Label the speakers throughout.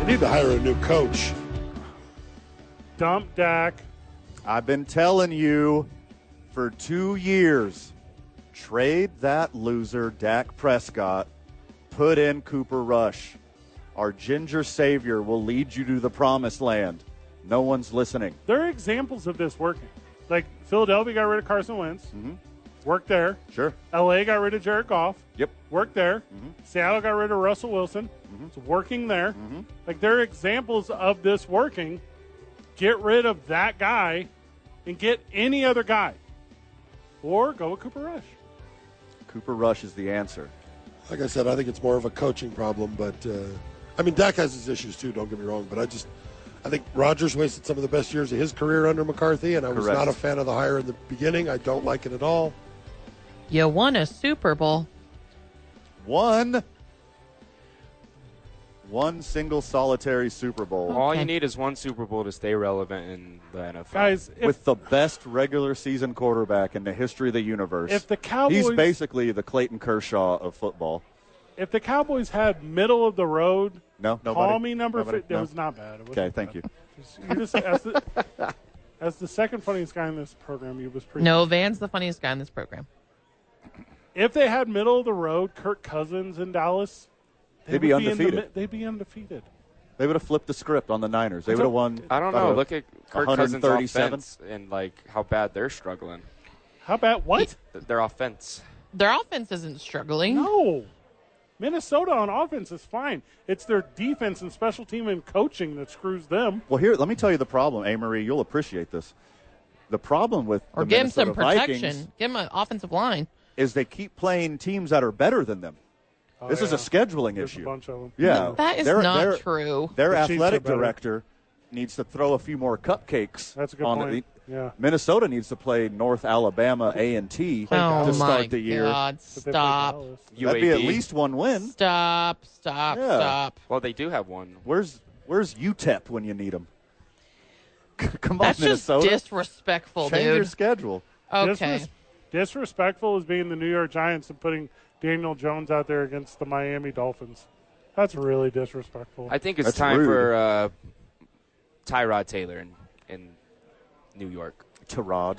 Speaker 1: They need to hire a new coach.
Speaker 2: Dump Dak.
Speaker 3: I've been telling you for two years trade that loser, Dak Prescott, put in Cooper Rush. Our ginger savior will lead you to the promised land. No one's listening.
Speaker 2: There are examples of this working. Like Philadelphia got rid of Carson Wentz.
Speaker 3: Mm-hmm.
Speaker 2: Worked there.
Speaker 3: Sure.
Speaker 2: LA got rid of Jared Goff.
Speaker 3: Yep. Mm-hmm.
Speaker 2: Worked there. Seattle got rid of Russell Wilson. It's working there.
Speaker 3: Mm-hmm.
Speaker 2: Like there are examples of this working. Get rid of that guy and get any other guy. Or go with Cooper Rush.
Speaker 3: Cooper Rush is the answer.
Speaker 1: Like I said, I think it's more of a coaching problem, but uh, I mean Dak has his issues too. Don't get me wrong, but I just I think Rodgers wasted some of the best years of his career under McCarthy, and I was
Speaker 3: Correct.
Speaker 1: not a fan of the hire in the beginning. I don't like it at all.
Speaker 4: You won a Super Bowl.
Speaker 3: One. One single solitary Super Bowl
Speaker 5: All
Speaker 4: Okay.
Speaker 5: you need is one Super Bowl to stay relevant in the NFL.
Speaker 2: Guys, if,
Speaker 3: with the best regular season quarterback in the history of the universe.
Speaker 2: if the
Speaker 3: He's
Speaker 2: Cowboys
Speaker 3: basically the Clayton Kershaw of football.
Speaker 2: if the Cowboys had middle of the road,
Speaker 3: No, nobody.
Speaker 2: call me number
Speaker 3: Nobody?
Speaker 2: fi- that
Speaker 3: No.
Speaker 2: was not bad. It was
Speaker 3: Okay, thank you.
Speaker 2: you just as the, as the second funniest guy in this program, you was pretty
Speaker 4: No, Van's the funniest guy in this program.
Speaker 2: If they had middle of the road Kirk Cousins in Dallas, they
Speaker 3: They'd be
Speaker 2: would in the
Speaker 3: undefeated.
Speaker 2: mi- they'd be undefeated.
Speaker 3: They would have flipped the script on the Niners. They would have won.
Speaker 5: I don't know. Look at Kirk Cousins'
Speaker 3: 137?
Speaker 5: offense and like how bad they're struggling.
Speaker 2: How about what?
Speaker 5: Th- Their offense.
Speaker 4: Their offense isn't struggling.
Speaker 2: No. Minnesota on offense is fine. It's their defense and special team and coaching that screws them.
Speaker 3: Well, here, let me tell you the problem, Amory. You'll appreciate this. The problem with
Speaker 4: Or
Speaker 3: the
Speaker 4: give him some
Speaker 3: Minnesota
Speaker 4: protection.
Speaker 3: Vikings
Speaker 4: Give him an offensive line.
Speaker 3: is they keep playing teams that are better than them. this is a
Speaker 2: Oh, yeah.
Speaker 3: scheduling
Speaker 2: There's
Speaker 3: issue.
Speaker 2: a bunch of them.
Speaker 3: Yeah,
Speaker 4: That is
Speaker 3: Their-
Speaker 4: not
Speaker 3: their-
Speaker 4: true.
Speaker 3: Their
Speaker 2: The Chiefs are
Speaker 3: athletic
Speaker 2: better.
Speaker 3: director needs to throw a few more cupcakes.
Speaker 2: That's a good
Speaker 3: on
Speaker 2: point.
Speaker 3: the-
Speaker 2: Yeah.
Speaker 3: Minnesota needs to play North Alabama A and T
Speaker 4: Oh
Speaker 3: to
Speaker 4: my
Speaker 3: start the year.
Speaker 4: God!
Speaker 2: But they play
Speaker 4: Stop!
Speaker 2: Dallas.
Speaker 3: That'd be at
Speaker 5: UAB.
Speaker 3: least one win.
Speaker 4: Stop! Stop!
Speaker 3: Yeah.
Speaker 4: Stop!
Speaker 5: Well, they do have one.
Speaker 3: Where's Where's UTEP when you need them? Come on,
Speaker 4: That's just
Speaker 3: Minnesota.
Speaker 4: disrespectful,
Speaker 3: Change your
Speaker 4: dude.
Speaker 3: schedule.
Speaker 4: Okay.
Speaker 2: Disres- disrespectful is being the New York Giants and putting Daniel Jones out there against the Miami Dolphins. That's really disrespectful.
Speaker 5: I think it's
Speaker 3: That's
Speaker 5: time
Speaker 3: rude.
Speaker 5: for uh, Tyrod Taylor in, in New York.
Speaker 3: Tarod.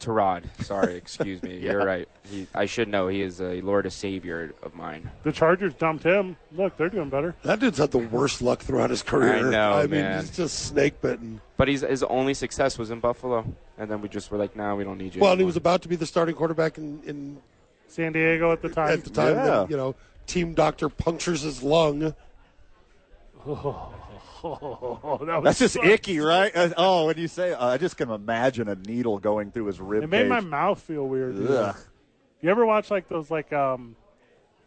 Speaker 5: Tyrod, sorry, excuse me. You're right. He, I should know. He is a Lord, a Savior of mine.
Speaker 2: the Chargers dumped him. Look, they're doing better.
Speaker 1: That dude's had the worst luck throughout his career.
Speaker 5: I know,
Speaker 1: I mean,
Speaker 5: man.
Speaker 1: he's just snake bitten.
Speaker 5: But he's, his only success was in Buffalo, and then we just were like, "Nah, we don't need you."
Speaker 1: Well, and he
Speaker 5: anymore."
Speaker 1: was about to be the starting quarterback in, in
Speaker 2: San Diego at the time.
Speaker 1: at the time.
Speaker 3: Yeah.
Speaker 1: Then, you know, team doctor punctures his lung.
Speaker 2: Oh, that was
Speaker 3: That's just
Speaker 2: so-
Speaker 3: icky, right? Uh, oh, when you say, uh, I just can imagine a needle going through his rib
Speaker 2: It made my
Speaker 3: cage.
Speaker 2: mouth feel weird.
Speaker 3: Ugh.
Speaker 2: You ever watch like those like um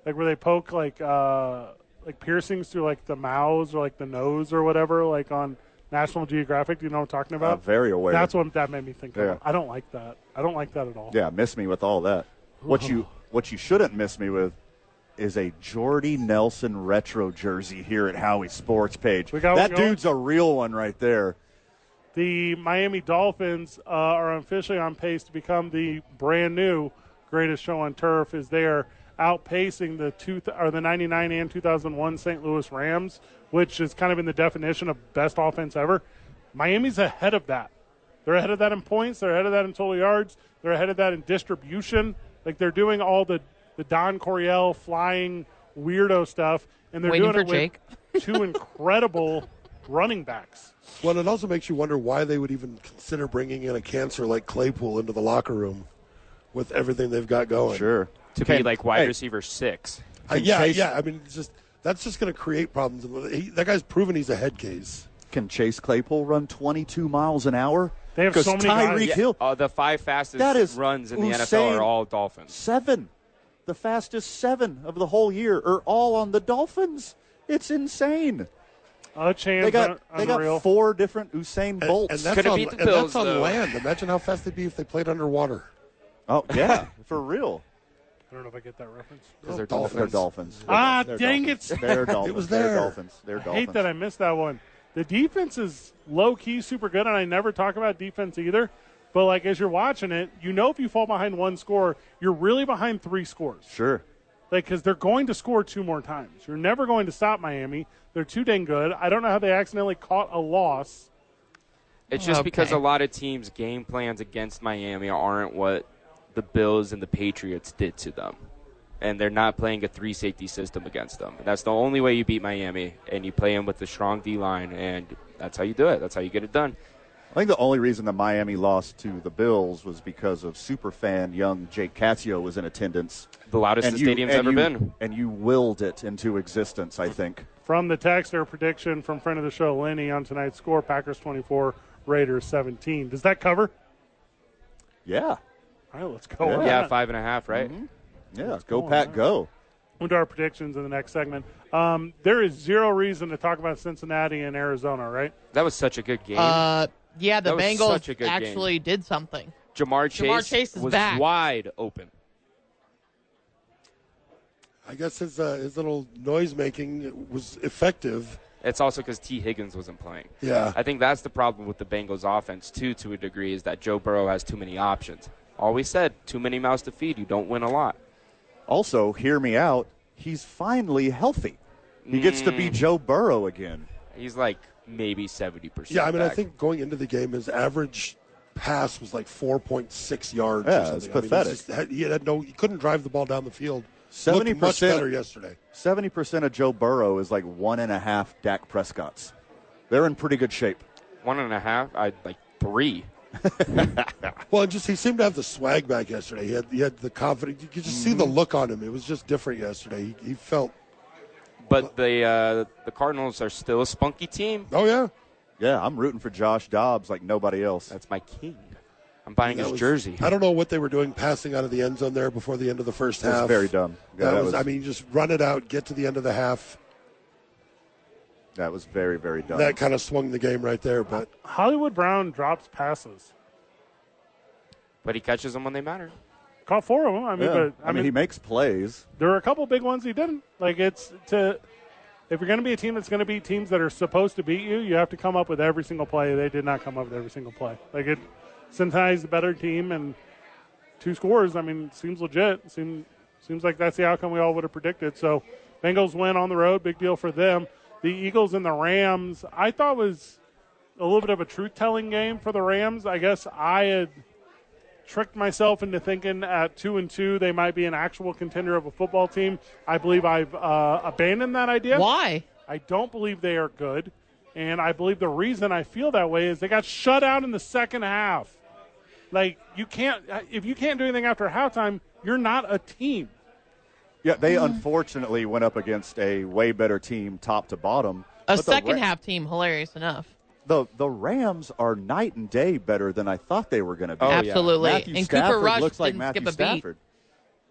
Speaker 2: like where they poke like uh like piercings through like the mouths or like the nose or whatever like on National Geographic? Do you know what I'm talking
Speaker 3: I'm
Speaker 2: about?
Speaker 3: Uh, very aware.
Speaker 2: That's what that made me think of.
Speaker 3: Yeah.
Speaker 2: I don't like that. I don't like that at all.
Speaker 3: yeah, miss me with all that. What you what you shouldn't miss me with is a Jordy Nelson retro jersey here at Howie Sports page.
Speaker 2: We got
Speaker 3: that
Speaker 2: one going.
Speaker 3: dude's a real one right there.
Speaker 2: The Miami Dolphins uh, are officially on pace to become the brand new greatest show on turf as they are outpacing the two or the 99 and 2001 St. Louis Rams, which is kind of in the definition of best offense ever. Miami's ahead of that. They're ahead of that in points. They're ahead of that in total yards. They're ahead of that in distribution. Like they're doing all the the Don Coryell flying weirdo stuff, and they're
Speaker 4: Waiting
Speaker 2: doing
Speaker 4: for
Speaker 2: it with two incredible running backs.
Speaker 1: Well, it also makes you wonder why they would even consider bringing in a cancer like Claypool into the locker room with everything they've got going.
Speaker 3: Sure.
Speaker 5: to
Speaker 3: Okay,
Speaker 5: be like wide
Speaker 3: hey,
Speaker 5: receiver six.
Speaker 1: Uh, yeah,
Speaker 3: Chase-
Speaker 1: yeah. I mean, it's just that's just going to create problems. And He, that guy's proven he's a head case.
Speaker 3: Can Chase Claypool run 22 miles an hour?
Speaker 2: They have
Speaker 3: 'Cause
Speaker 2: so many guys.
Speaker 3: Tyreek
Speaker 2: Yeah.
Speaker 3: Hill,
Speaker 5: Uh, the five fastest
Speaker 3: That is
Speaker 5: runs in the
Speaker 3: insane.
Speaker 5: NFL are all Dolphins.
Speaker 3: seven, the fastest seven of the whole year, are all on the Dolphins. It's insane.
Speaker 2: A chance.
Speaker 3: They got they
Speaker 2: unreal.
Speaker 3: got four different
Speaker 1: And,
Speaker 3: Usain
Speaker 1: and
Speaker 3: Bolts.
Speaker 1: that's
Speaker 5: Could've
Speaker 1: on,
Speaker 5: beat the
Speaker 1: and
Speaker 5: Bills,
Speaker 1: that's on
Speaker 5: though.
Speaker 1: land. Imagine how fast they'd be if they played underwater.
Speaker 3: oh yeah, for real.
Speaker 2: I don't know if I get that reference.
Speaker 3: Because they're
Speaker 1: Dolphins.
Speaker 3: dolphins. They're dolphins.
Speaker 2: Ah,
Speaker 3: They're
Speaker 2: dang
Speaker 3: dolphins.
Speaker 2: it.
Speaker 3: They're dolphins.
Speaker 1: was
Speaker 3: They're
Speaker 1: there.
Speaker 3: dolphins. They're
Speaker 2: I
Speaker 3: dolphins.
Speaker 2: hate that I missed that one. The defense is low key super good, and I never talk about defense either. But like as you're watching it, you know if you fall behind one score, you're really behind three scores.
Speaker 3: Sure.
Speaker 2: Like because they're going to score two more times. You're never going to stop Miami. They're too dang good. I don't know how they accidentally caught a loss.
Speaker 5: It's just because
Speaker 4: Okay.
Speaker 5: a lot of teams' game plans against Miami aren't what the Bills and the Patriots did to them. And they're not playing a three safety system against them. That's the only way you beat Miami. And you play them with a strong D line, and that's how you do it. That's how you get it done.
Speaker 3: I think the only reason that Miami lost to the Bills was because of superfan young Jake Cassio was in attendance.
Speaker 5: The loudest the
Speaker 3: you-
Speaker 5: stadium's ever
Speaker 3: you-
Speaker 5: been.
Speaker 3: And you willed it into existence, I think.
Speaker 2: From the texter prediction from friend of the show Lenny on tonight's score: Packers 24, Raiders 17. Does that cover?
Speaker 3: Yeah.
Speaker 2: All right, let's go.
Speaker 3: Oh, Yeah. Mm-hmm.
Speaker 2: on.
Speaker 5: Yeah, five and a half, right?
Speaker 3: Yeah. Go, Pack, go.
Speaker 2: We'll do our predictions in the next segment. Um, there is zero reason to talk about Cincinnati and Arizona, right?
Speaker 5: That was such a good game.
Speaker 4: Uh, yeah, the
Speaker 5: That was such a
Speaker 4: Bengals
Speaker 5: good
Speaker 4: actually did something.
Speaker 5: Jamar Chase,
Speaker 4: Chase is
Speaker 5: was
Speaker 4: back.
Speaker 5: wide open.
Speaker 1: I guess his uh, his little noise making was effective.
Speaker 5: It's also because T. Higgins wasn't playing.
Speaker 1: Yeah.
Speaker 5: I think that's the problem with the Bengals offense, too, to a degree, is that Joe Burrow has too many options. Always said, too many mouths to feed. You don't win a lot.
Speaker 3: Also, hear me out. He's finally healthy. He gets to
Speaker 2: Mm.
Speaker 3: be Joe Burrow again.
Speaker 5: He's like maybe 70%.
Speaker 1: Yeah, I mean, I
Speaker 5: back.
Speaker 1: think going into the game, his average pass was like 4.6 yards.
Speaker 3: Yeah,
Speaker 1: or something.
Speaker 3: it's
Speaker 1: I mean,
Speaker 3: pathetic.
Speaker 1: just- had- he had no, he couldn't drive the ball down the field. Looked
Speaker 3: 70%
Speaker 1: much better yesterday.
Speaker 3: 70% of Joe Burrow is like one and a half Dak Prescott's. They're in pretty good shape.
Speaker 5: one and a half, I like three.
Speaker 1: Well, and just he seemed to have the swag back yesterday. He had he had the confidence. You could just see the
Speaker 3: Mm-hmm.
Speaker 1: look on him. It was just different yesterday. He, he felt.
Speaker 5: But the uh, the Cardinals are still a spunky team.
Speaker 1: Oh yeah,
Speaker 3: Yeah, I'm rooting for Josh Dobbs like nobody else.
Speaker 5: That's my king. I'm buying
Speaker 1: That
Speaker 5: his
Speaker 1: was-
Speaker 5: jersey.
Speaker 1: I don't know what they were doing, passing out of the end zone there before the end of the first
Speaker 3: That was
Speaker 1: half.
Speaker 3: very dumb. Yeah,
Speaker 1: that
Speaker 3: that
Speaker 1: was.
Speaker 3: was-
Speaker 1: I mean, just run it out, get to the end of the half.
Speaker 3: That was very, very dumb.
Speaker 1: That kind of swung the game right there. But
Speaker 2: Hollywood Brown drops passes.
Speaker 5: But he catches them when they matter.
Speaker 2: Caught four of them. I mean,
Speaker 3: Yeah.
Speaker 2: but I, mean,
Speaker 3: he makes plays.
Speaker 2: there were a couple big ones he didn't. Like it's to if you're going to be a team that's going to beat teams that are supposed to beat you, you have to come up with every single play. They did not come up with every single play. Like it, Cincinnati's the better team and two scores. I mean, seems legit. Seems seems like that's the outcome we all would have predicted. So, Bengals win on the road, big deal for them. The Eagles and the Rams, I thought was a little bit of a truth telling game for the Rams. I guess I had tricked myself into thinking at two and two they might be an actual contender of a football team. I believe I've uh, abandoned that idea.
Speaker 4: Why?
Speaker 2: I don't believe they are good, and I believe the reason I feel that way is they got shut out in the second half. Like you can't if you can't do anything after halftime, you're not a team.
Speaker 3: Yeah, they unfortunately went up against a way better team, top to bottom.
Speaker 4: A
Speaker 3: But the
Speaker 4: second
Speaker 3: Ra-
Speaker 4: half team, hilarious enough.
Speaker 3: The the Rams are night and day better than I thought they were going to be.
Speaker 5: Oh, yeah.
Speaker 4: Absolutely.
Speaker 3: Matthew
Speaker 4: and
Speaker 3: Stafford
Speaker 4: Cooper Rush
Speaker 3: looks like
Speaker 4: didn't
Speaker 3: Matthew
Speaker 4: skip a
Speaker 3: Stafford.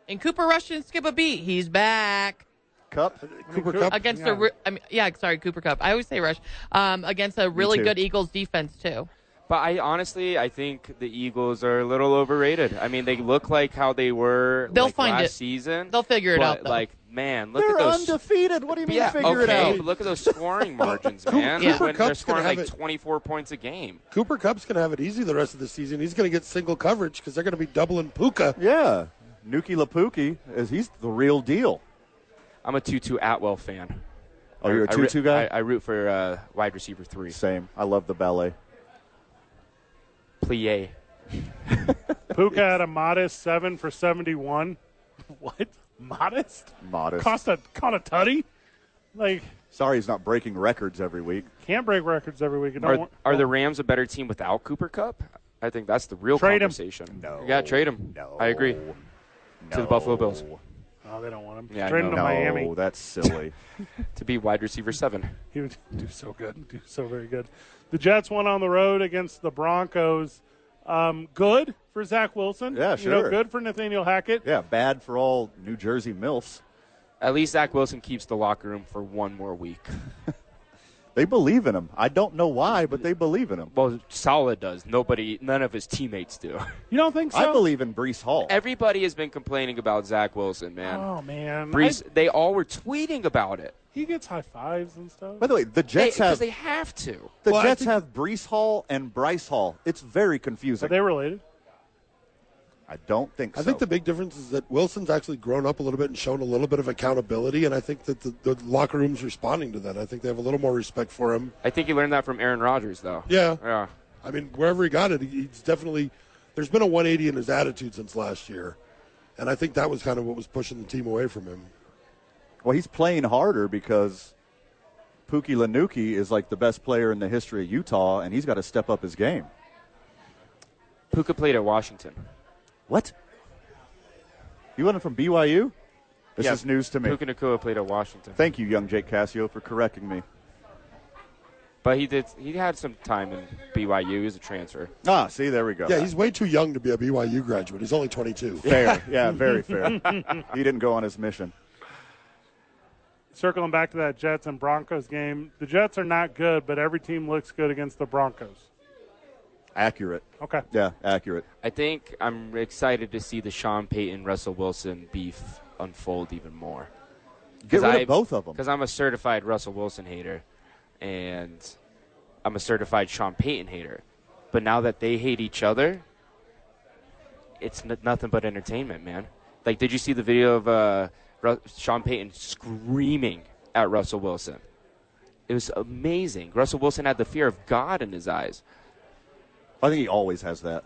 Speaker 4: beat. And Cooper Rush didn't skip a beat. He's back.
Speaker 3: Cup.
Speaker 1: Cooper Cup
Speaker 4: against
Speaker 2: Yeah.
Speaker 4: a re- I mean, yeah, sorry, Cooper Cup. I always say Rush. Um, against a really
Speaker 3: too.
Speaker 4: good Eagles defense too.
Speaker 5: But I honestly, I think the Eagles are a little overrated. I mean, they look like how they were
Speaker 4: They'll
Speaker 5: like,
Speaker 4: find
Speaker 5: last
Speaker 4: it.
Speaker 5: season.
Speaker 4: They'll figure it
Speaker 5: but,
Speaker 4: out, though.
Speaker 5: Like, man, look
Speaker 3: They're
Speaker 5: at those.
Speaker 3: undefeated. What do you mean?
Speaker 5: yeah,
Speaker 3: figure
Speaker 5: okay,
Speaker 3: it
Speaker 5: but
Speaker 3: out.
Speaker 5: look at those scoring margins, man.
Speaker 4: Cooper
Speaker 5: When they're
Speaker 1: Kupp's gonna
Speaker 5: scoring
Speaker 1: have
Speaker 5: like
Speaker 1: it.
Speaker 5: 24 points a game.
Speaker 1: Cooper Cup's going to have it easy the rest of the season. He's going to get single coverage because they're going to be doubling Puka.
Speaker 3: Yeah, Nuki Lapuki is he's the real deal.
Speaker 5: I'm a 2-2 Atwell fan.
Speaker 3: Oh, you're a
Speaker 5: I root-
Speaker 3: two-two guy.
Speaker 5: I, I root for uh, wide receiver three.
Speaker 3: Same. I love the ballet.
Speaker 5: Plie.
Speaker 2: Puka had a modest seven for seventy-one. What modest?
Speaker 3: Modest.
Speaker 2: Cost a caught a tutty. Like
Speaker 3: Sorry, he's not breaking records every week.
Speaker 2: can't break records every week. It Don't
Speaker 5: Are,
Speaker 2: wor-
Speaker 5: are the Rams a better team without Cooper Cup? I think that's the real
Speaker 2: Trade him.
Speaker 5: conversation.
Speaker 3: No.
Speaker 5: Yeah, trade him.
Speaker 3: No.
Speaker 5: I agree. To the Buffalo Bills.
Speaker 3: No.
Speaker 2: oh, they don't want him.
Speaker 5: Yeah, I
Speaker 2: Trade him
Speaker 5: know.
Speaker 2: to Miami.
Speaker 3: No, that's silly.
Speaker 5: To be wide receiver seven.
Speaker 2: He would do so good, do so very good. The Jets went on the road against the Broncos. Um, good for Zach Wilson.
Speaker 3: Yeah,
Speaker 2: You know,
Speaker 3: sure.
Speaker 2: good for Nathaniel Hackett.
Speaker 3: yeah, bad for all New Jersey milfs.
Speaker 5: At least Zach Wilson keeps the locker room for one more week.
Speaker 3: They believe in him. I don't know why, but they believe in him.
Speaker 5: Well, Salah does. Nobody, none of his teammates do.
Speaker 2: You don't think so?
Speaker 3: I believe in Brees Hall.
Speaker 5: Everybody has been complaining about Zach Wilson, man.
Speaker 2: Oh man,
Speaker 5: Brees,
Speaker 2: I-
Speaker 5: they all were tweeting about it.
Speaker 2: he gets high fives and stuff.
Speaker 3: By the way, the
Speaker 5: They-
Speaker 3: Jets
Speaker 5: Because
Speaker 3: have
Speaker 5: they, have to.
Speaker 3: the
Speaker 1: Well, I
Speaker 3: Jets
Speaker 1: think-
Speaker 3: have Brees Hall and Bryce Hall. It's very confusing.
Speaker 2: Are they related?
Speaker 3: I don't think so.
Speaker 1: I think the big difference is that Wilson's actually grown up a little bit and shown a little bit of accountability, and I think that the, the locker room's responding to that. I think they have a little more respect for him.
Speaker 5: I think he learned that from Aaron Rodgers, though.
Speaker 1: Yeah.
Speaker 5: Yeah.
Speaker 1: I mean, wherever he got it, he- he's definitely there's been a 180 in his attitude since last year, and I think that was kind of what was pushing the team away from him.
Speaker 3: well, he's playing harder because Pookie Lanuki is like the best player in the history of Utah, and he's got to step up his game.
Speaker 5: Puka played at Washington.
Speaker 3: What? You went from BYU? This
Speaker 5: Yeah,
Speaker 3: is news to me.
Speaker 5: Puka Nakua played at Washington.
Speaker 3: Thank you, young Jake Cassio, for correcting me.
Speaker 5: But he did. He had some time in BYU. He was a transfer.
Speaker 3: Ah, see, there we go.
Speaker 1: Yeah, he's way too young to be a BYU graduate. He's only 22.
Speaker 3: fair. Yeah, very fair. he didn't go on his mission.
Speaker 2: Circling back to that Jets and Broncos game, the Jets are not good, but every team looks good against the Broncos.
Speaker 3: Accurate.
Speaker 2: Okay,
Speaker 3: Yeah, accurate.
Speaker 5: I think I'm excited to see the Sean Payton Russell Wilson beef unfold even more.
Speaker 3: Get rid of both of them.
Speaker 5: Because I'm a certified Russell Wilson hater, and I'm a certified Sean Payton hater. But now that they hate each other, it's n- nothing but entertainment, man. Like, did you see the video of uh, Ru- Sean Payton screaming at Russell Wilson? It was amazing. Russell Wilson had the fear of God in his eyes.
Speaker 3: I think he always has that.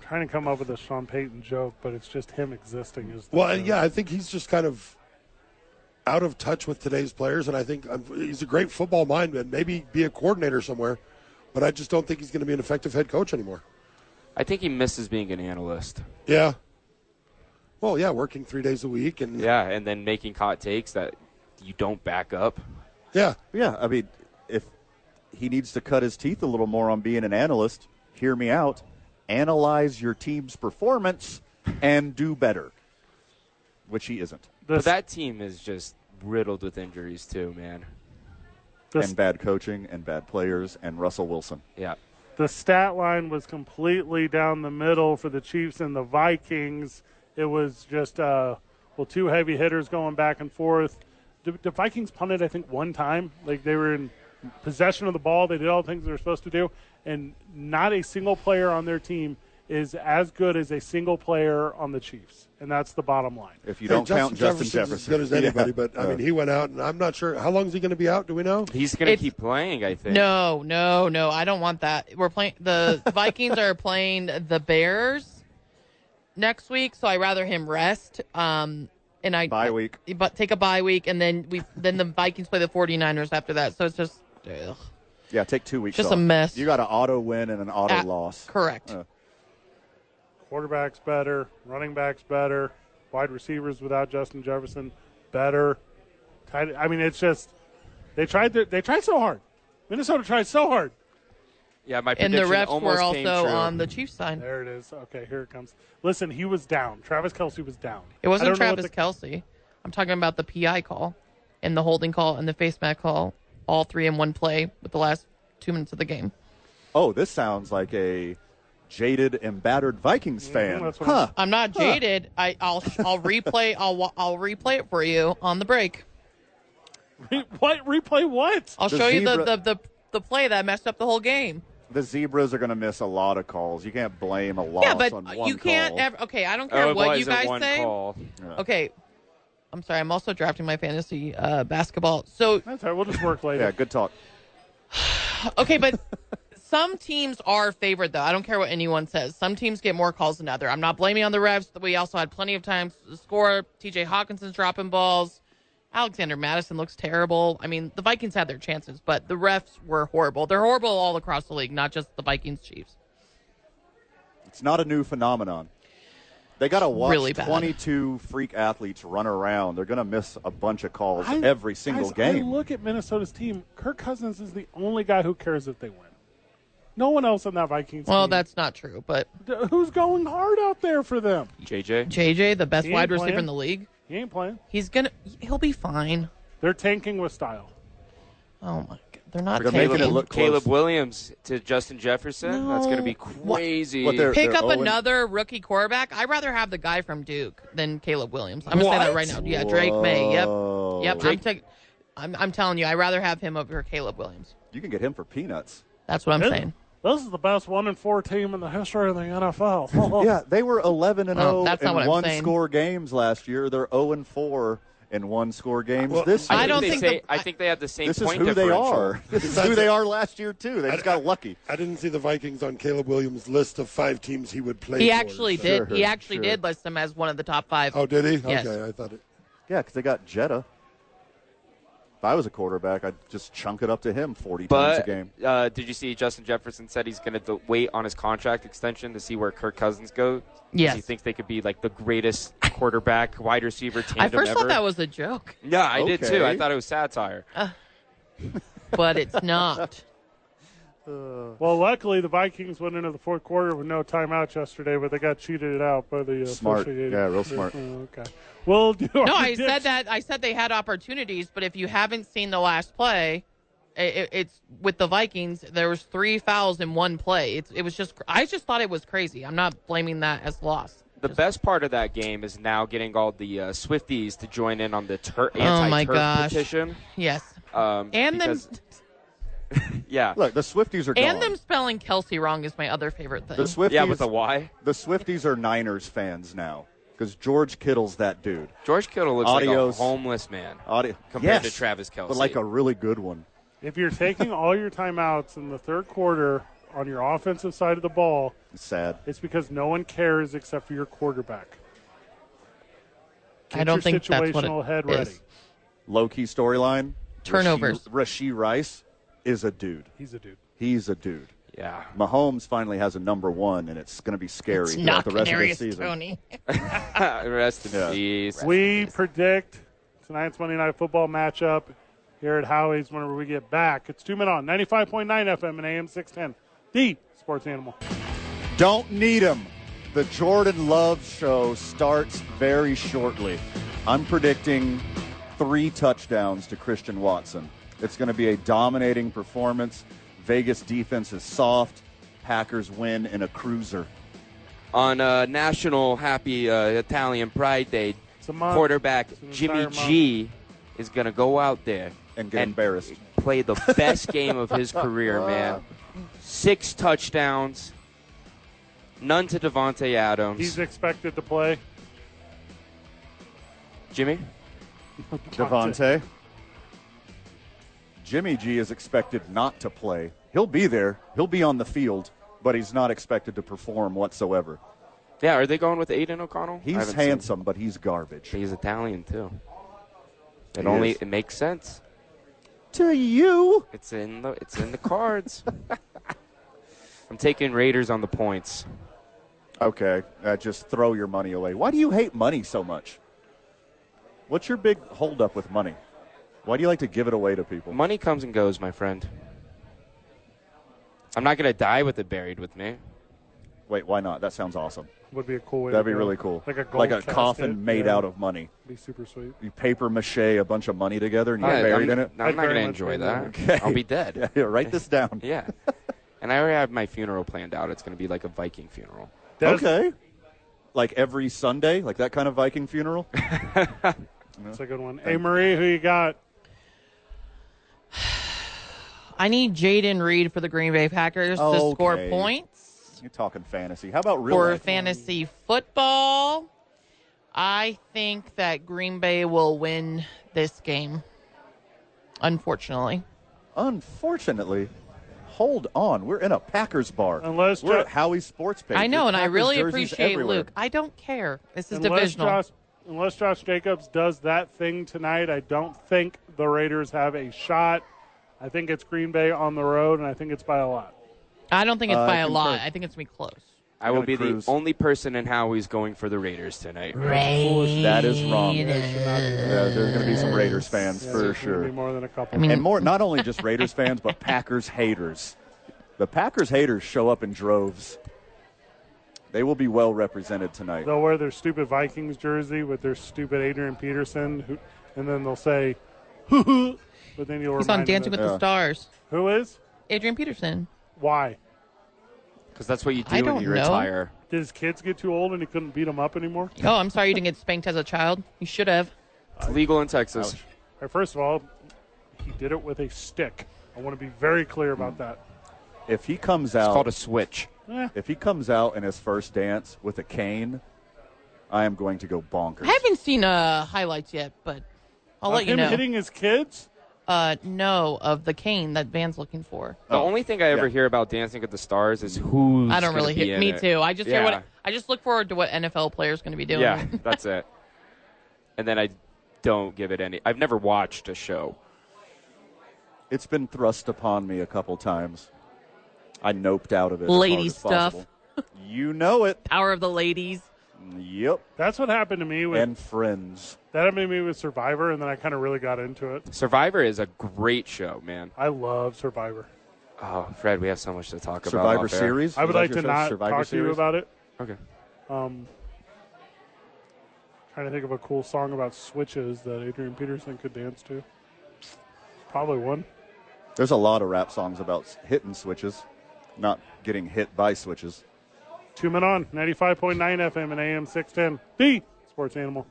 Speaker 2: trying to come up with a Sean Payton joke, but it's just him existing. Is the
Speaker 1: Well,
Speaker 2: joke.
Speaker 1: yeah, I think he's just kind of out of touch with today's players, and I think um, he's a great football mind, and maybe be a coordinator somewhere, but I just don't think he's going to be an effective head coach anymore.
Speaker 5: I think he misses being an analyst.
Speaker 1: Yeah. Well, yeah, working three days a week, and yeah,
Speaker 5: Yeah, and then making hot takes that you don't back up.
Speaker 3: Yeah, I mean, if he needs to cut his teeth a little more on being an analyst, hear me out. Analyze your team's performance and do better, which he isn't.
Speaker 2: The
Speaker 5: But that team is just riddled with injuries too, man.
Speaker 2: The,
Speaker 3: And bad coaching and bad players and Russell Wilson.
Speaker 5: Yeah.
Speaker 2: the stat line was completely down the middle for the Chiefs and the Vikings. It was just uh, well, two heavy hitters going back and forth. The, the Vikings punted, I think, one time. Like they were in possession of the ball. They did all the things they were supposed to do, and not a single player on their team is as good as a single player on the Chiefs, and that's the bottom line.
Speaker 3: If you
Speaker 1: Hey,
Speaker 3: don't count Justin Jefferson,
Speaker 1: Jefferson's as good as anybody.
Speaker 3: Yeah.
Speaker 1: But I
Speaker 3: Uh,
Speaker 1: mean, he went out, and I'm not sure how long is he going to be out. Do we know?
Speaker 5: He's gonna
Speaker 4: It's-
Speaker 5: keep playing, I think.
Speaker 4: No, no, no. I don't want that. We're playing the Vikings are playing the Bears next week, so I rather him rest. Um, and I
Speaker 3: Bye week.
Speaker 4: but take a bye week, and then we then the Vikings play the 49ers after that. So it's just ugh.
Speaker 3: yeah, take two weeks.
Speaker 4: Just
Speaker 3: off.
Speaker 4: a mess.
Speaker 3: You got an auto win and an auto
Speaker 4: Ah,
Speaker 3: loss.
Speaker 4: Correct.
Speaker 3: Uh,
Speaker 2: quarterback's better, running back's better, wide receivers without Justin Jefferson better. Tight, I mean, it's just they tried to, they tried so hard. Minnesota tried so hard.
Speaker 5: Yeah, my
Speaker 4: and
Speaker 5: prediction
Speaker 4: the refs
Speaker 5: almost
Speaker 4: were
Speaker 5: came
Speaker 4: also
Speaker 5: true. Oh,
Speaker 4: on the Chiefs side.
Speaker 2: There it is. Okay, here it comes. Listen, he was down. Travis Kelsey was down.
Speaker 4: It
Speaker 2: I
Speaker 4: wasn't
Speaker 2: don't know what
Speaker 4: Travis
Speaker 2: the-
Speaker 4: Kelsey. I'm talking about the PI call and the holding call and the face mask call, all three in one play with the last two minutes of the game.
Speaker 3: oh, this sounds like a jaded and battered Vikings fan.
Speaker 2: Mm, that's what I'm-
Speaker 3: huh.
Speaker 4: I'm not jaded. I, I'll I'll replay. I'll wa- I'll replay it for you on the break.
Speaker 2: Re- what replay? What?
Speaker 4: I'll
Speaker 3: The
Speaker 4: show you the,
Speaker 3: zebra-
Speaker 4: the, the the play that messed up the whole game.
Speaker 3: The zebras are going to miss a lot of calls. You can't blame a loss
Speaker 4: yeah, but
Speaker 3: on
Speaker 4: uh,
Speaker 3: one
Speaker 4: you can't.
Speaker 3: call.
Speaker 4: Ever, okay, I don't care
Speaker 5: Oh, it
Speaker 4: what
Speaker 5: was
Speaker 4: you
Speaker 5: a
Speaker 4: guys
Speaker 5: one
Speaker 4: say.
Speaker 5: call.
Speaker 4: Okay, I'm sorry. I'm also drafting my fantasy uh, basketball. So
Speaker 2: That's all right. We'll just work
Speaker 3: Yeah,
Speaker 2: later.
Speaker 3: good talk.
Speaker 4: okay, but some teams are favored though. I don't care what anyone says. Some teams get more calls than other. I'm not blaming on the refs. but We also had plenty of times to score. T.J. Hawkinson's dropping balls. Alexander Madison looks terrible. I mean, the Vikings had their chances, but the refs were horrible. They're horrible all across the league, not just the Vikings Chiefs.
Speaker 3: It's not a new phenomenon. They got to watch
Speaker 4: really bad.
Speaker 3: 22 freak athletes run around. They're going to miss a bunch of calls
Speaker 2: I-
Speaker 3: every single
Speaker 2: guys,
Speaker 3: game.
Speaker 2: I look at Minnesota's team. Kirk Cousins is the only guy who cares if they win. No one else on that Vikings
Speaker 4: Well,
Speaker 2: team.
Speaker 4: that's not true, but
Speaker 2: Well, that's who's going hard out there for them.
Speaker 5: JJ.
Speaker 4: JJ, the best
Speaker 2: He ain't
Speaker 4: wide receiver
Speaker 2: playing.
Speaker 4: in the league,
Speaker 2: He ain't playing.
Speaker 4: he's gonna he'll be fine.
Speaker 2: They're tanking with style.
Speaker 4: Oh my god, they're not
Speaker 3: They're making
Speaker 4: tanking.
Speaker 3: it look close.
Speaker 5: Caleb Williams to Justin Jefferson. That's going to be
Speaker 4: No. What-
Speaker 5: crazy.
Speaker 3: What they're-
Speaker 4: Pick
Speaker 3: they're
Speaker 4: up
Speaker 3: Owen-
Speaker 4: another rookie quarterback. I'd rather have the guy from Duke than Caleb Williams. I'm gonna say that right now. Yeah, Drake May. Yep,
Speaker 3: Whoa.
Speaker 4: yep. I'm, taking. I'm, I'm telling you, I'd rather have him over Caleb Williams.
Speaker 3: You can get him for peanuts.
Speaker 4: That's what I'm
Speaker 2: This-
Speaker 4: saying.
Speaker 2: This is the best one and four team in the history of the NFL.
Speaker 3: Yeah, they were 11 and
Speaker 4: Well,
Speaker 3: 0
Speaker 4: Oh, that's not what
Speaker 3: in
Speaker 4: I'm
Speaker 3: one
Speaker 4: saying.
Speaker 3: score games last year. They're 0 and 4 in one score games
Speaker 1: Well,
Speaker 3: this year.
Speaker 4: I don't
Speaker 5: they
Speaker 4: think
Speaker 5: say-
Speaker 4: the-
Speaker 5: I think they have the same
Speaker 3: this is
Speaker 5: point
Speaker 3: who they
Speaker 5: differential.
Speaker 3: are. This is who they are last year too. They just got lucky.
Speaker 1: I didn't see the Vikings on Caleb Williams' list of five teams he would play.
Speaker 4: He
Speaker 1: for,
Speaker 4: actually
Speaker 1: so-
Speaker 4: did. He
Speaker 3: Sure,
Speaker 4: actually
Speaker 3: sure.
Speaker 4: did list him as one of the top five.
Speaker 1: Oh, did he?
Speaker 4: Yes.
Speaker 1: Okay, I thought it.
Speaker 3: Yeah, because they got Jetta. If I was a quarterback, I'd just chunk it up to him 40 times a
Speaker 5: But
Speaker 3: game.
Speaker 5: uh, did you see Justin Jefferson said he's going to de- wait on his contract extension to see where Kirk Cousins goes? 'Cause
Speaker 4: Yes.
Speaker 5: He thinks they could be like the greatest quarterback wide receiver tandem
Speaker 4: I first
Speaker 5: ever.
Speaker 4: thought that was a joke,
Speaker 5: yeah, I did too. I
Speaker 3: Okay.
Speaker 5: thought it was satire.
Speaker 4: but it's not.
Speaker 2: well, luckily the Vikings went into the fourth quarter with no timeouts yesterday, but they got cheated out by the uh,
Speaker 3: Smart.
Speaker 2: officiating.
Speaker 3: Yeah, real smart.
Speaker 2: Oh, okay. We'll do.
Speaker 4: No, I said that. I said they had opportunities, but if you haven't seen the last play, i i it's with the Vikings. There was three fouls in one play. It's, it was just. I just thought it was crazy. I'm not blaming that as loss.
Speaker 5: The best part of that game is now getting all the uh, Swifties to join in on the tur- anti-turf
Speaker 4: Oh my gosh.
Speaker 5: petition.
Speaker 4: Yes,
Speaker 5: Um,
Speaker 4: and
Speaker 5: because-
Speaker 4: them
Speaker 5: yeah,
Speaker 3: Look, the Swifties are
Speaker 4: and
Speaker 3: gone.
Speaker 4: them spelling Kelsey wrong is my other favorite thing.
Speaker 3: the Swifties,
Speaker 5: yeah, with a Y.
Speaker 3: the Swifties are Niners fans now because George Kittle's that dude.
Speaker 5: George Kittle looks like a
Speaker 3: Adios.
Speaker 5: homeless man.
Speaker 3: Audio
Speaker 5: Compared
Speaker 3: Yes,
Speaker 5: to Travis Kelce.
Speaker 3: but like a really good one.
Speaker 2: If you're taking all your timeouts in the third quarter on your offensive side of the ball,
Speaker 3: It's sad.
Speaker 2: it's because no one cares except for your quarterback.
Speaker 4: I don't
Speaker 2: your
Speaker 4: think that's what
Speaker 2: situational
Speaker 4: it
Speaker 2: head
Speaker 4: is.
Speaker 2: ready.
Speaker 3: Low key storyline.
Speaker 4: Turnovers.
Speaker 3: Rasheed Rice is a dude.
Speaker 2: He's a dude.
Speaker 3: He's a dude.
Speaker 5: yeah.
Speaker 3: Mahomes finally has a number one, and it's going to be scary
Speaker 4: It's
Speaker 3: throughout
Speaker 4: not
Speaker 3: the rest
Speaker 4: Kadarius
Speaker 3: of the season.
Speaker 4: Tony.
Speaker 5: Rest in
Speaker 3: Yeah.
Speaker 5: peace.
Speaker 2: We predict tonight's Monday Night Football matchup here at Howie's whenever we get back. It's two men on 95.9 FM and AM 610. The sports animal.
Speaker 3: Don't need him. The Jordan Love show starts very shortly. I'm predicting three touchdowns to Christian Watson. It's going to be a dominating performance. Vegas defense is soft. Packers win in a cruiser.
Speaker 5: on uh, National Happy uh, Italian Pride Day,
Speaker 2: It's a month.
Speaker 5: quarterback
Speaker 2: It's an
Speaker 5: Jimmy
Speaker 2: entire
Speaker 5: G is going to go out there
Speaker 3: And get embarrassed.
Speaker 5: Play the best game of his career, man. Six touchdowns, none to Devonte Adams.
Speaker 2: He's expected to play.
Speaker 5: Jimmy,
Speaker 3: Devontae. Jimmy G is expected not to play. He'll be there, he'll be on the field, but he's not expected to perform whatsoever.
Speaker 5: yeah, are they going with Aiden O'Connell? I
Speaker 3: He's
Speaker 5: haven't seen-
Speaker 3: handsome, but he's garbage.
Speaker 5: He's Italian too. It
Speaker 3: He
Speaker 5: only
Speaker 3: is.
Speaker 5: it makes sense.
Speaker 3: To you.
Speaker 5: It's in the it's in the cards. I'm taking Raiders on the points.
Speaker 3: Okay, uh, just throw your money away. Why do you hate money so much? What's your big holdup with money? Why do you like to give it away to people?
Speaker 5: Money comes and goes, my friend. I'm not gonna die with it buried with me.
Speaker 3: Wait, why not? That sounds awesome.
Speaker 2: Would be a cool way
Speaker 3: That'd
Speaker 2: to
Speaker 3: be
Speaker 2: do
Speaker 3: really
Speaker 2: it.
Speaker 3: cool.
Speaker 2: Like a gold
Speaker 3: like a
Speaker 2: casket.
Speaker 3: coffin made
Speaker 2: Yeah.
Speaker 3: out of money.
Speaker 2: be super sweet.
Speaker 3: You paper mache a bunch of money together and you get
Speaker 5: I-
Speaker 3: buried in
Speaker 5: I'm,
Speaker 3: it.
Speaker 5: I'm
Speaker 2: I'd
Speaker 5: not gonna
Speaker 2: very much
Speaker 5: enjoy
Speaker 2: be
Speaker 5: that. I'll be dead.
Speaker 3: Yeah, yeah, write this down.
Speaker 5: Yeah. and I already have my funeral planned out. It's gonna be like a Viking funeral.
Speaker 2: Des-
Speaker 3: Okay. Like every Sunday, like that kind of Viking funeral.
Speaker 2: That's a good one. Hey, Marie, who you got?
Speaker 4: I need Jaden Reed for the Green Bay Packers to score
Speaker 3: Okay.
Speaker 4: points.
Speaker 3: You're talking fantasy. How about real
Speaker 4: for
Speaker 3: life?
Speaker 4: fantasy football. I think that Green Bay will win this game. Unfortunately,
Speaker 3: Unfortunately, hold on. We're in a Packers bar.
Speaker 2: Unless
Speaker 3: we're
Speaker 2: Jo-
Speaker 3: at Howie Sports page.
Speaker 4: I know,
Speaker 3: There's
Speaker 4: and I
Speaker 3: Packers
Speaker 4: really
Speaker 3: jerseys
Speaker 4: appreciate
Speaker 3: everywhere.
Speaker 4: Luke. I don't care. This is
Speaker 2: Unless
Speaker 4: divisional.
Speaker 2: Josh, unless Josh Jacobs does that thing tonight, I don't think the Raiders have a shot. I think it's Green Bay on the road, and I think it's by a lot.
Speaker 4: I don't think it's
Speaker 3: Uh,
Speaker 4: by a
Speaker 3: concur.
Speaker 4: lot. I think it's gonna be close.
Speaker 5: I will
Speaker 3: gonna
Speaker 5: be
Speaker 3: cruise.
Speaker 5: the only person in Howie's going for the Raiders tonight.
Speaker 3: That is wrong. Yeah, there's going to be some Raiders fans for
Speaker 2: There's gonna
Speaker 3: sure.
Speaker 2: be more than a couple.
Speaker 4: I mean,
Speaker 3: and more not only just Raiders fans, but Packers haters. The Packers haters show up in droves. They will be well represented tonight.
Speaker 2: They'll wear their stupid Vikings jersey with their stupid Adrian Peterson, who, and then they'll say, but then you'll
Speaker 4: He's
Speaker 2: remind
Speaker 4: on
Speaker 2: him
Speaker 4: Dancing
Speaker 2: that-
Speaker 4: with the Stars.
Speaker 2: Who is?
Speaker 4: Adrian Peterson.
Speaker 2: Why?
Speaker 5: because that's what you
Speaker 4: I
Speaker 5: do when
Speaker 4: don't
Speaker 5: you
Speaker 4: know.
Speaker 5: retire.
Speaker 2: Did his kids get too old and he couldn't beat them up anymore?
Speaker 4: Oh, I'm sorry you didn't get spanked as a child. You should have.
Speaker 5: It's legal in Texas.
Speaker 2: All right, first of all, he did it with a stick. I want to be very clear about that.
Speaker 3: If he comes
Speaker 5: It's
Speaker 3: out,
Speaker 5: called a switch.
Speaker 2: Eh,
Speaker 3: if he comes out in his first dance with a cane, I am going to go bonkers.
Speaker 4: I haven't seen uh, highlights yet, but I'll let
Speaker 2: him
Speaker 4: you know.
Speaker 2: hitting his kids?
Speaker 4: Uh, no, of the cane that Van's looking for.
Speaker 5: The
Speaker 3: Oh,
Speaker 5: only thing I ever
Speaker 3: yeah.
Speaker 5: hear about Dancing with the Stars is who's.
Speaker 4: I don't
Speaker 5: gonna
Speaker 4: really
Speaker 5: be
Speaker 4: hear.
Speaker 5: in
Speaker 4: Me
Speaker 5: it.
Speaker 4: too. I just hear
Speaker 5: Yeah.
Speaker 4: what I just look forward to what NFL players going to be doing.
Speaker 5: Yeah, that's it. And then I don't give it any. I've never watched a show.
Speaker 3: It's been thrust upon me a couple times. I noped out of it. as hard
Speaker 4: Lady
Speaker 3: as
Speaker 4: stuff.
Speaker 3: possible. you know it.
Speaker 4: Power of the ladies.
Speaker 3: Yep.
Speaker 2: That's what happened to me with
Speaker 3: And friends.
Speaker 2: that happened to me with Survivor, and then I kind of really got into it.
Speaker 5: Survivor is a great show, man.
Speaker 2: I love Survivor.
Speaker 5: Oh, Fred, we have so much to talk
Speaker 3: Survivor
Speaker 5: about. off air.
Speaker 3: series.
Speaker 2: I would
Speaker 3: Was that
Speaker 2: like
Speaker 3: your
Speaker 2: to
Speaker 3: show,
Speaker 2: not
Speaker 3: Survivor
Speaker 2: talk to you
Speaker 3: Series?
Speaker 2: about it.
Speaker 5: Okay.
Speaker 2: Um, trying to think of a cool song about switches that Adrian Peterson could dance to. Probably one.
Speaker 3: There's a lot of rap songs about s- hitting switches, not getting hit by switches.
Speaker 2: Two men on 95.9 FM and AM 610. The Sports Animal.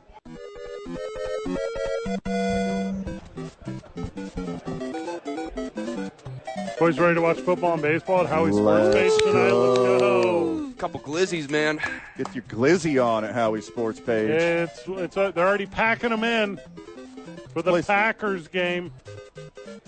Speaker 2: Boys ready to watch football and baseball at Howie Sports
Speaker 3: Let's
Speaker 2: Page tonight. Let's go.
Speaker 5: Couple glizzies, man.
Speaker 3: Get your glizzy on at Howie Sports page.
Speaker 2: It's, it's uh they're already packing them in for the
Speaker 3: Please.
Speaker 2: Packers game.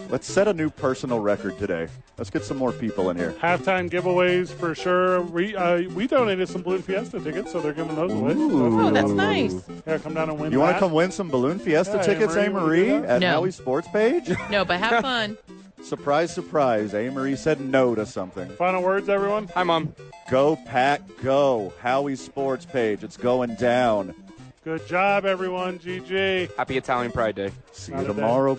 Speaker 3: Let's set a new personal record today. Let's get some more people in here.
Speaker 2: Halftime giveaways for sure. We uh, we donated some Balloon Fiesta tickets, so they're giving those away.
Speaker 3: Ooh.
Speaker 4: Oh, that's nice.
Speaker 2: Yeah, come down and win.
Speaker 3: You want to
Speaker 2: that.
Speaker 3: come win some Balloon Fiesta
Speaker 2: Yeah,
Speaker 3: tickets,
Speaker 2: Anne-Marie, will
Speaker 3: A.
Speaker 2: you
Speaker 3: Marie,
Speaker 2: do that?
Speaker 3: at
Speaker 4: No.
Speaker 3: Howie Sports page?
Speaker 4: No, but have fun.
Speaker 3: surprise, surprise. A. Marie said no to something.
Speaker 2: Final words, everyone.
Speaker 5: Hi, mom.
Speaker 3: Go, Pack, go. Howie Sports page. It's going down.
Speaker 2: Good job, everyone. GG.
Speaker 5: Happy Italian Pride Day.
Speaker 3: See
Speaker 2: Not
Speaker 3: you
Speaker 2: a day.
Speaker 3: tomorrow,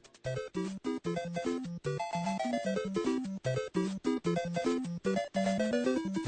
Speaker 3: Burke.